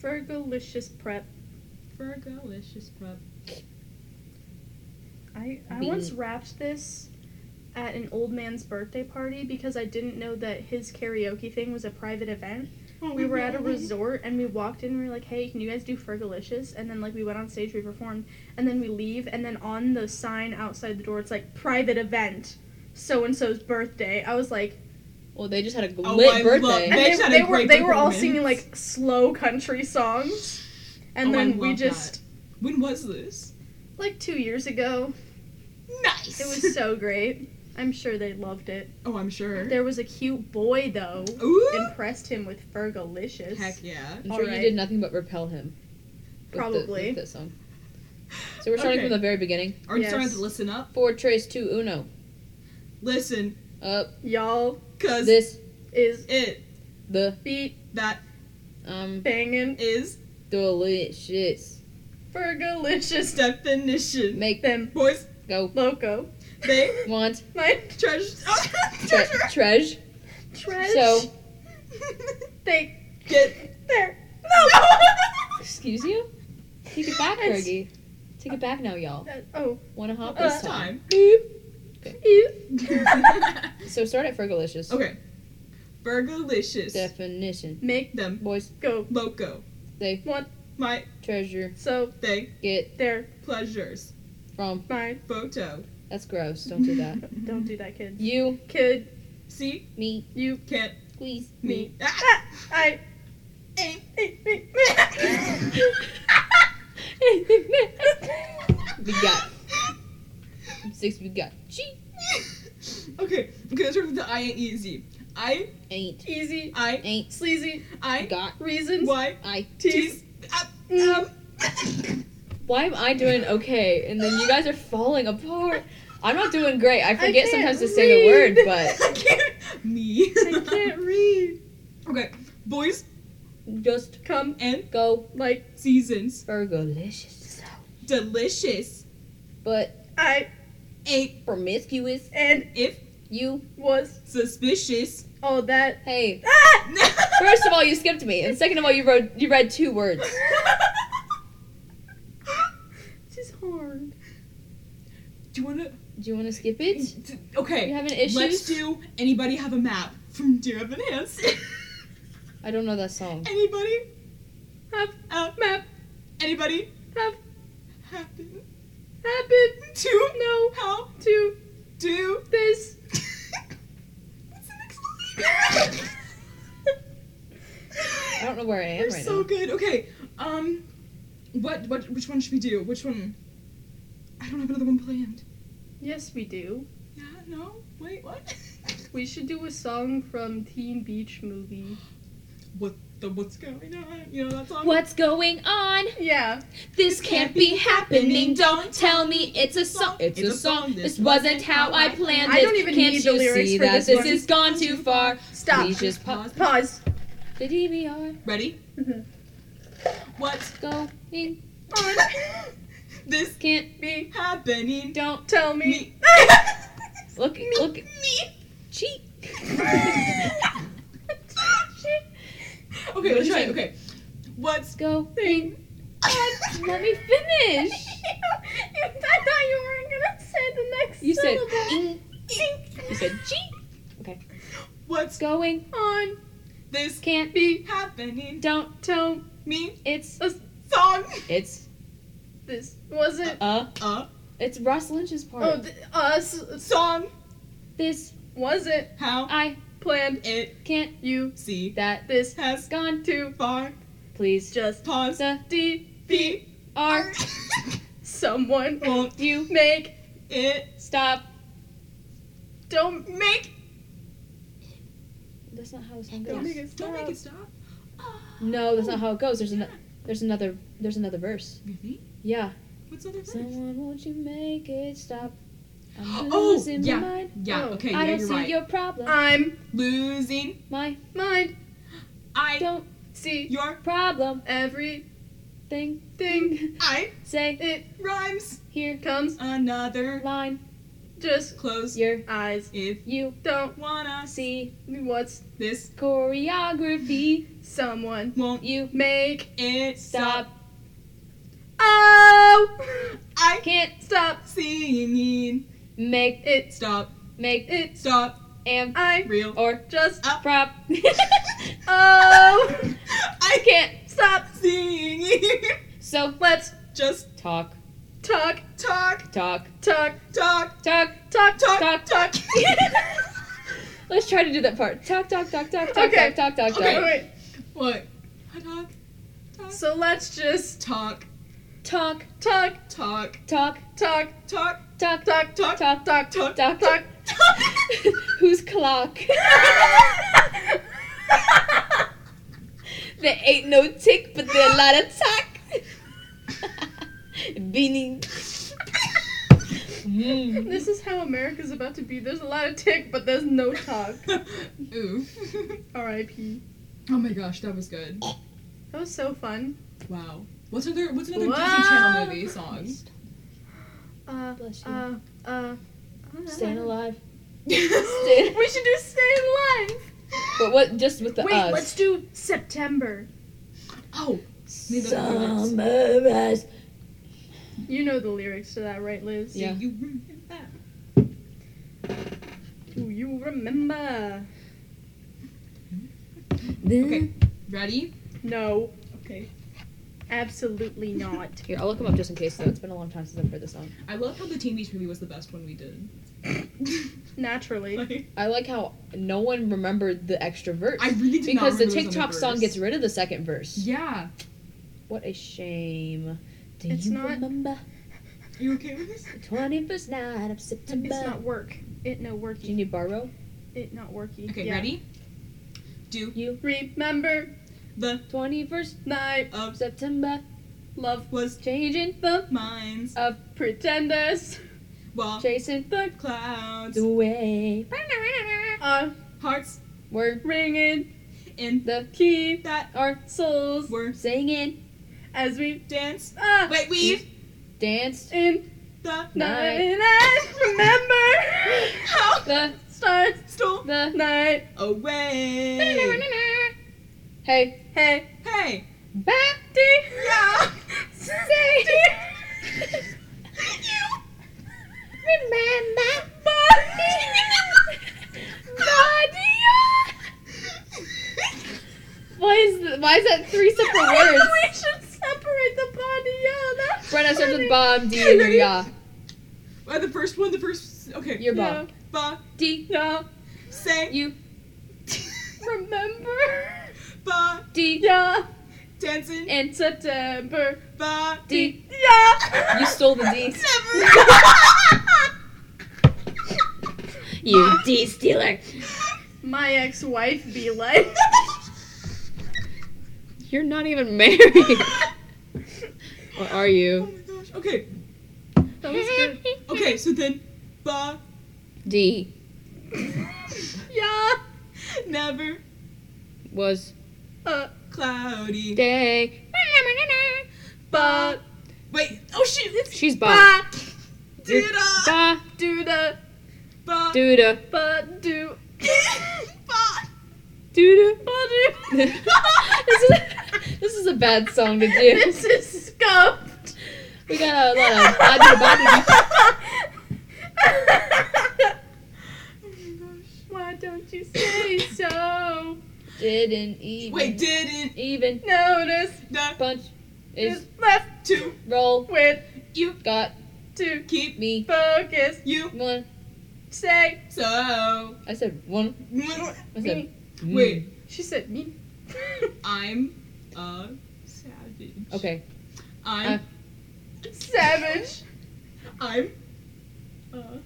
S3: Fergalicious prep.
S1: Fergalicious prep.
S3: I, I
S2: Bean.
S3: once rapped this at an old man's birthday party because I didn't know that his karaoke thing was a private event. We were at a resort and we walked in and we were like, hey, can you guys do Fergalicious? And then, like, we went on stage, we performed, and then we leave, and then on the sign outside the door, it's like, private event, so and so's birthday. I was like,
S2: Well, they just had a
S1: Oh,
S2: lit
S1: I
S2: birthday.
S1: love-
S3: and
S1: They
S3: they,
S1: just had
S3: they
S1: a
S3: were
S1: great
S3: they were all
S1: performance.
S3: singing like slow country songs, and
S1: Oh, I
S3: then we
S1: love
S3: just
S1: When was this?
S3: like two years ago.
S1: Nice.
S3: It was so great. I'm sure they loved it.
S1: oh, I'm sure.
S3: There was a cute boy though.
S1: Ooh.
S3: Impressed him with Fergalicious.
S1: Heck yeah.
S2: I'm sure
S3: Alright.
S2: you did nothing but repel him. with the-
S3: Probably.
S2: with this song. So we're starting
S1: Okay.
S2: from the very beginning.
S1: Are you starting
S3: Yes.
S1: to listen up?
S2: Four, trace, two, uno.
S1: Listen,
S2: Up,
S3: Y'all
S1: cause
S2: this,
S3: is
S1: it
S2: the,
S3: beat
S1: that
S2: um,
S3: banging
S1: is
S2: delicious.
S3: Fergalicious.
S1: definition.
S2: Make
S3: Them
S1: Boys,
S2: go
S3: loco.
S1: they
S2: want
S3: My
S1: treasure.
S2: tre-
S1: treasure.
S2: treasure.
S3: trash.
S2: So
S3: they
S1: Get
S3: there.
S2: excuse you. Take it back,
S3: It's-
S2: Fergie. Take it back now, y'all.
S3: That- oh.
S2: Wanna hop
S3: Uh,
S2: this time?
S1: time.
S3: Ew.
S2: So start at Fergalicious.
S1: okay. Fergalicious.
S2: Definition.
S3: Make
S1: them
S2: Boys,
S3: go.
S1: loco.
S2: they
S3: Want
S1: My
S2: treasure
S3: so
S1: they
S2: get
S3: there.
S1: pleasures.
S2: from.
S3: My
S1: Photo.
S2: That's gross. Don't do that.
S3: don't do that, kid.
S2: You,
S3: Kid,
S1: See,
S2: me,
S3: you,
S1: can't
S2: squeeze.
S1: me.
S3: ah, I. eh, eh, eh,
S2: Ah!
S3: eh.
S2: We got six. We got G.
S1: okay, I'm gonna start with the I ain't easy. I,
S2: Ain't
S3: Easy,
S1: I,
S2: ain't
S3: sleazy,
S1: I,
S2: got
S3: reasons,
S1: Y,
S2: I.
S1: T's, up, um.
S2: Why am I doing okay? And then you guys are falling apart. I'm not doing great. I
S3: can't
S2: forget sometimes to say the word,
S3: read.
S2: but
S1: I can't. Me.
S3: I can't read.
S1: Okay, boys
S2: just
S3: Come
S1: and
S2: go
S3: like
S1: seasons.
S2: Fergalicious.
S1: Delicious.
S2: But
S3: I
S1: Ain't
S2: promiscuous,
S3: and
S1: if
S2: you.
S3: was
S1: suspicious.
S3: all Oh, that.
S2: Hey.
S3: Ah!
S2: First of all, you skipped me, and second of all, you wrote you read two words.
S3: This is hard.
S1: Do you wanna?
S2: Do you want to skip it?
S1: Okay.
S2: You having issues?
S1: Let's do. Anybody have a map from Dear Evan Hansen?
S2: I don't know that song.
S1: Anybody have a map? Anybody have happened happened to know how to do this? What's the next line?
S2: I don't know where I am
S1: You're
S2: right
S1: so
S2: now.
S1: good. Okay. Um, what what which one should we do? Which one? I don't have another one planned.
S3: Yes, we do.
S1: Yeah. No. Wait. What?
S3: We should do a song from Teen Beach Movie.
S1: what the what's going on? You know that song.
S5: What's going on?
S3: Yeah.
S5: This can't be happening. Don't tell me it's a song. It's, a song. This wasn't how I planned it.
S3: I don't even
S5: can't
S3: need the
S5: you
S3: lyrics
S5: see
S3: for
S5: that
S3: this
S5: this
S3: one.
S5: has gone too far?
S3: Stop.
S5: Please just pause
S3: Pause.
S5: the DVR.
S1: Ready?
S3: Mhm.
S1: What's
S5: Going
S1: on? this
S5: can't
S3: Me.
S1: happening.
S2: Don't
S3: Tell me.
S1: Me.
S2: look. Look.
S1: Me.
S2: Cheek.
S3: Oh,
S1: Okay, let's try it. Okay. What's
S5: go.
S2: Let me finish.
S3: I thought you weren't gonna say the next
S2: You said
S3: syllable.
S2: ing. You said cheek.
S1: what's
S5: Going on.
S1: this
S5: Can't be.
S1: happening?
S5: Don't.
S3: Tell
S1: Me
S5: It's
S1: song.
S2: It's
S3: this wasn't.
S2: uh.
S1: Uh
S2: It's Ross Lynch's part.
S3: Oh, th- us
S1: song.
S5: this.
S3: wasn't
S1: How
S5: I
S3: planned.
S1: it
S5: can't.
S3: You
S1: see
S2: That.
S3: this
S1: has
S5: Gone
S3: too
S1: far
S2: Please. uh,
S3: just
S1: pause
S3: D
S1: the
S5: are
S3: someone
S1: won't
S5: you
S3: make
S1: it
S5: stop?
S3: don't make
S2: That's not how the song
S3: Don't
S2: goes.
S3: make it stop.
S1: don't make it stop. Ah.
S2: No, that's not how it goes. There's another. There's another. There's another verse.
S1: Really?
S2: Yeah.
S1: What's the other verse?
S2: Someone, won't you make it stop? I'm
S1: Oh,
S2: losing
S1: yeah.
S2: my mind.
S1: Yeah.
S3: Oh,
S1: Okay.
S2: I
S1: yeah,
S2: don't
S1: you're
S2: see
S1: right. Uh,
S2: your problem.
S3: I'm
S1: Losing.
S2: my
S3: mine.
S1: I.
S2: don't
S3: See
S1: Your.
S2: problem
S3: everything
S2: thing.
S1: I.
S2: Say
S3: it
S1: Rhymes.
S2: here
S3: comes
S1: Another.
S2: line.
S3: just
S1: Close.
S2: Your
S3: eyes.
S1: If
S2: you
S3: Don't
S1: wanna see
S2: see
S3: what's
S1: this,
S2: choreography.
S3: someone
S1: won't
S2: You
S3: make
S1: it stop?
S2: stop.
S3: oh
S1: I
S2: Can't
S3: stop
S1: singing.
S2: make
S3: it
S1: Stop.
S2: make
S3: it
S1: Stop.
S2: am
S3: I
S1: Real.
S2: or
S3: just
S2: prop.
S3: oh
S1: I can't
S2: Can't
S3: stop
S1: singing.
S2: so
S3: let's
S1: Just
S2: talk
S3: talk
S1: talk,
S2: talk
S3: talk
S1: talk,
S2: talk.
S3: talk
S1: talk,
S2: Talk,
S1: talk.
S2: talk. Let's try to do that part. Talk talk talk talk talk
S3: Okay.
S2: talk talk talk
S3: Wait,
S2: talk.
S3: wait.
S1: what? Talk,
S3: So let's just
S1: talk,
S2: Talk
S3: talk
S1: talk,
S2: talk
S3: talk
S1: talk,
S2: talk
S3: talk
S2: talk
S1: talk,
S2: talk
S3: talk
S1: talk, talk.
S2: talk.
S3: talk
S2: Whose clock? There ain't no tick, but there a lot of talk. Beanie. Mm.
S3: This is how America's about to be. There's a lot of tick, but there's no talk.
S1: Oof.
S3: R.I.P.
S1: Oh my gosh, that was good.
S3: That was so fun.
S1: Wow. What's another What's another
S3: Wow.
S1: Disney Channel movie song?
S3: Uh,
S2: Bless you.
S3: uh, uh-huh. uh.
S2: Staying alive.
S3: We should do stay alive.
S2: But what? Just with the
S3: Wait,
S2: us.
S3: let's do September.
S1: oh, Maybe that's the lyrics.
S2: Some of us.
S3: You know the lyrics to that, right, Liz?
S2: Yeah.
S1: do you remember that?
S3: Do you remember?
S1: Okay. Ready?
S3: No,
S1: Okay.
S3: absolutely not.
S2: Here, I'll look them up just in case. Though it's been a long time since I've heard this song.
S1: I love how the Teen Beach movie was the best one we did.
S3: Naturally.
S1: Like,
S2: I like how no one remembered the extra verse
S1: I really did
S2: because
S1: not remember
S2: the
S1: those other
S2: TikTok song
S1: verse.
S2: gets rid of the second verse.
S1: Yeah.
S2: What a shame. Do
S3: It's
S2: you
S3: not-
S2: remember
S1: You okay with this?
S2: the twenty first night of September?
S3: It's not work. It no
S2: Do you
S3: worky.
S2: need Barrow?
S3: It not worky.
S1: Okay,
S3: Yeah.
S1: ready? Do
S3: Remember
S1: the
S2: Twenty first
S3: night
S1: of
S2: September.
S3: love
S1: was
S2: Changing,
S3: the
S1: mines
S3: pretenders.
S1: while
S2: chasing
S1: the clouds
S2: the way.
S3: Are
S1: hearts
S2: We're
S3: ringing
S1: in
S2: the
S3: key
S1: that
S2: our
S3: souls
S1: were
S2: singing,
S3: as we
S1: dance.
S3: ah
S1: Wait, weave
S2: danced
S3: in
S1: the
S3: night.
S2: Night.
S3: I remember
S1: how
S2: the
S3: starts
S1: stole
S2: the.
S3: night.
S1: away.
S2: Hey,
S3: Hey,
S1: Hey,
S2: back
S1: yeah.
S3: say
S1: you.
S2: Remember, Why is th- why is that three separate words?
S3: we should separate the body. Yeah, that's
S2: Brenna starts
S3: funny.
S2: with Bob D and
S1: Ready?
S2: Ya.
S1: Uh, the first one, the first. Okay.
S2: You're
S3: Yeah.
S2: Bob.
S1: Ba,
S2: D Ya.
S1: say,
S2: You
S3: Remember
S1: ba,
S2: D
S3: Yeah.
S1: dancing,
S2: and
S3: September.
S1: ba.
S2: D.
S3: Yeah.
S2: You stole the D.
S6: You D stealer.
S3: My ex-wife be like.
S6: You're not even married. or are
S1: Oh
S6: you?
S1: my gosh. Okay.
S3: That was good.
S1: Okay. So then, ba,
S6: D
S3: Yeah.
S1: never
S6: was
S3: Uh,
S1: cloudy.
S6: day.
S3: but
S1: Wait. Oh shoot. It's
S6: She's Bob.
S3: but
S1: did a
S6: Ba
S3: do the
S1: ba
S6: dooda
S3: but do.
S1: ba.
S6: dooda.
S3: But do.
S2: This is, this is a bad song to do.
S3: This is scuffed.
S2: We got a lot of body body.
S3: Why don't you say so?
S2: Didn't even
S1: Wait. Didn't
S2: even
S3: Notice
S1: the
S2: punch is
S3: is left
S1: two
S2: roll
S3: with
S2: got
S3: to
S1: keep
S2: me
S3: focus.
S1: you
S2: one.
S3: Say
S1: so?
S2: I said one. I said
S3: me.
S2: mm.
S1: Wait.
S3: She said me.
S1: I'm a savage.
S2: Okay. Uh.
S1: I'm
S3: savage.
S1: I'm. Uh,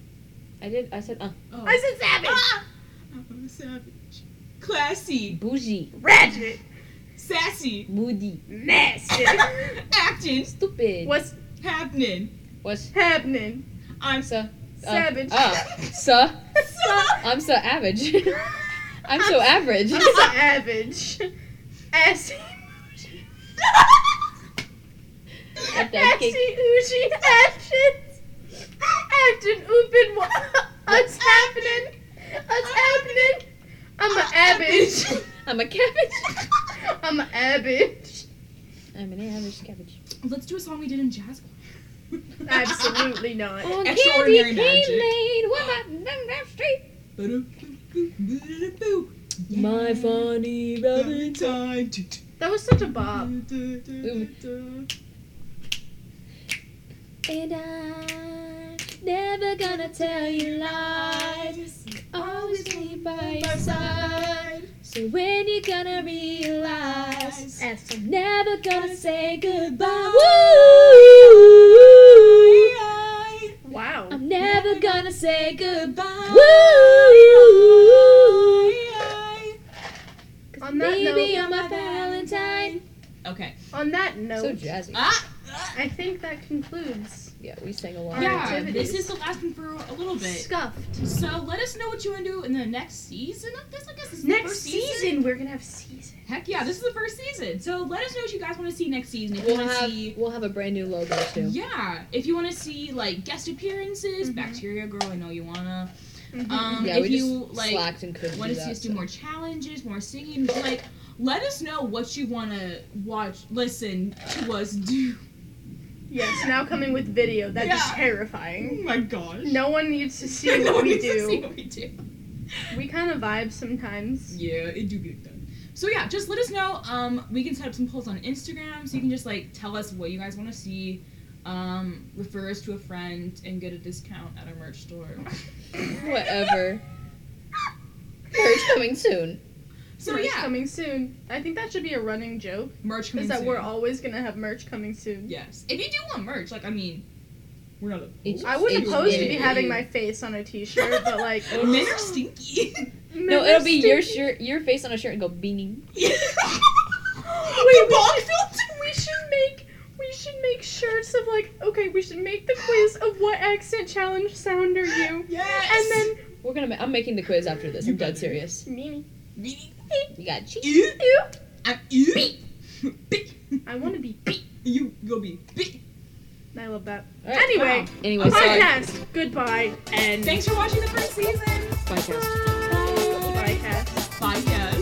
S2: I did. I said uh.
S1: oh.
S3: I said savage.
S1: I'm a savage. Classy,
S2: Bougie,
S3: Ratchet.
S1: sassy,
S2: moody,
S3: Nasty.
S1: action,
S2: stupid.
S3: What's
S1: happening.
S2: What's
S3: happening?
S1: I'm
S2: so
S3: Savage.
S2: Uh, so I'm so average. I'm so average.
S3: I'm savage. Assy.
S2: At that
S3: Assy Uji actions. Acting open. What's happening? What's happening? I'm a average.
S2: I'm a cabbage.
S3: I'm a average.
S2: I'm an average cabbage.
S1: Let's do a song we did in jazz choir.
S3: Absolutely not.
S2: On
S1: Extraordinary magic.
S2: Lane, what about down that street? My funny Valentine.
S3: That was such a bop.
S2: And I'm never gonna tell you lies. Always be by your side. So when you gonna realize I'm never gonna say goodbye. Woo!
S3: Wow.
S2: I'm never gonna say goodbye.
S3: On that
S2: Maybe
S3: note-
S2: on my Valentine.
S1: Okay.
S3: On that note,
S2: So jazzy.
S1: Ah!
S3: I think that concludes
S2: Yeah, we sang a lot.
S3: lot.
S1: Yeah,
S3: activities.
S1: this is the last one for a little bit.
S3: Scuffed.
S1: So let us know what you want to do in the next season of this. I guess this is the
S3: Next
S1: first
S3: season, we're gonna have season.
S1: Heck yeah, this is the first season. So let us know what you guys want to see next season. If you
S2: We'll
S1: want to
S2: have
S1: see,
S2: we'll have a brand new logo too.
S1: yeah, if you want to see like guest appearances,
S3: Mhm.
S1: Bacteria Girl, I know you wanna.
S3: Mm-hmm.
S1: Um,
S2: yeah,
S1: if
S2: we
S1: you
S2: just
S1: like
S2: slacked and couldn't
S1: want
S2: do
S1: to see
S2: that,
S1: us do
S2: so.
S1: more challenges, more singing, but, like let us know what you want to watch, listen to us do.
S3: Yes, now coming with video. That is
S1: Yeah. Oh
S3: terrifying.
S1: my gosh.
S3: No one needs to see
S1: No
S3: what
S1: one
S3: we
S1: needs to see
S3: do.
S1: what we do.
S3: We kind of vibe sometimes.
S1: Yeah, it do get done. So yeah, just let us know. Um, we can set up some polls on Instagram, so you can just like tell us what you guys want to see. Um, refer us to a friend and get a discount at our merch store.
S2: Whatever. Purge coming soon.
S1: So
S3: merch
S1: yeah,
S3: coming soon. I think that should be a running joke.
S1: merch coming
S3: Is that
S1: soon.
S3: we're always gonna have merch coming soon.
S1: yes. If you do want merch, like I mean, we're not.
S2: It's-
S3: I wouldn't
S2: It's
S3: oppose to be
S2: getting-
S3: having my face on a t-shirt, but like
S1: Oh, men are stinky.
S2: No, it'll be your shirt, your face on a shirt, and go beanie.
S1: Wait,
S3: We should make we should make shirts of like okay, we should make the quiz of what accent challenge sound are you?
S1: Yes.
S3: And then
S2: We're gonna. Ma- I'm making the quiz after this.
S1: You
S2: I'm dead
S1: better.
S2: serious.
S3: me.
S1: Meaning,
S2: You got cheese.
S1: ew,
S3: Ew.
S1: I'm ew. Beep.
S3: I want to be.
S1: You go be. Beep.
S3: I love that.
S2: All right.
S3: Anyway,
S2: Anyway, sorry.
S3: podcast. Goodbye and
S1: Thanks for watching the first season.
S6: Podcast.
S3: podcast.
S1: Bye, guys.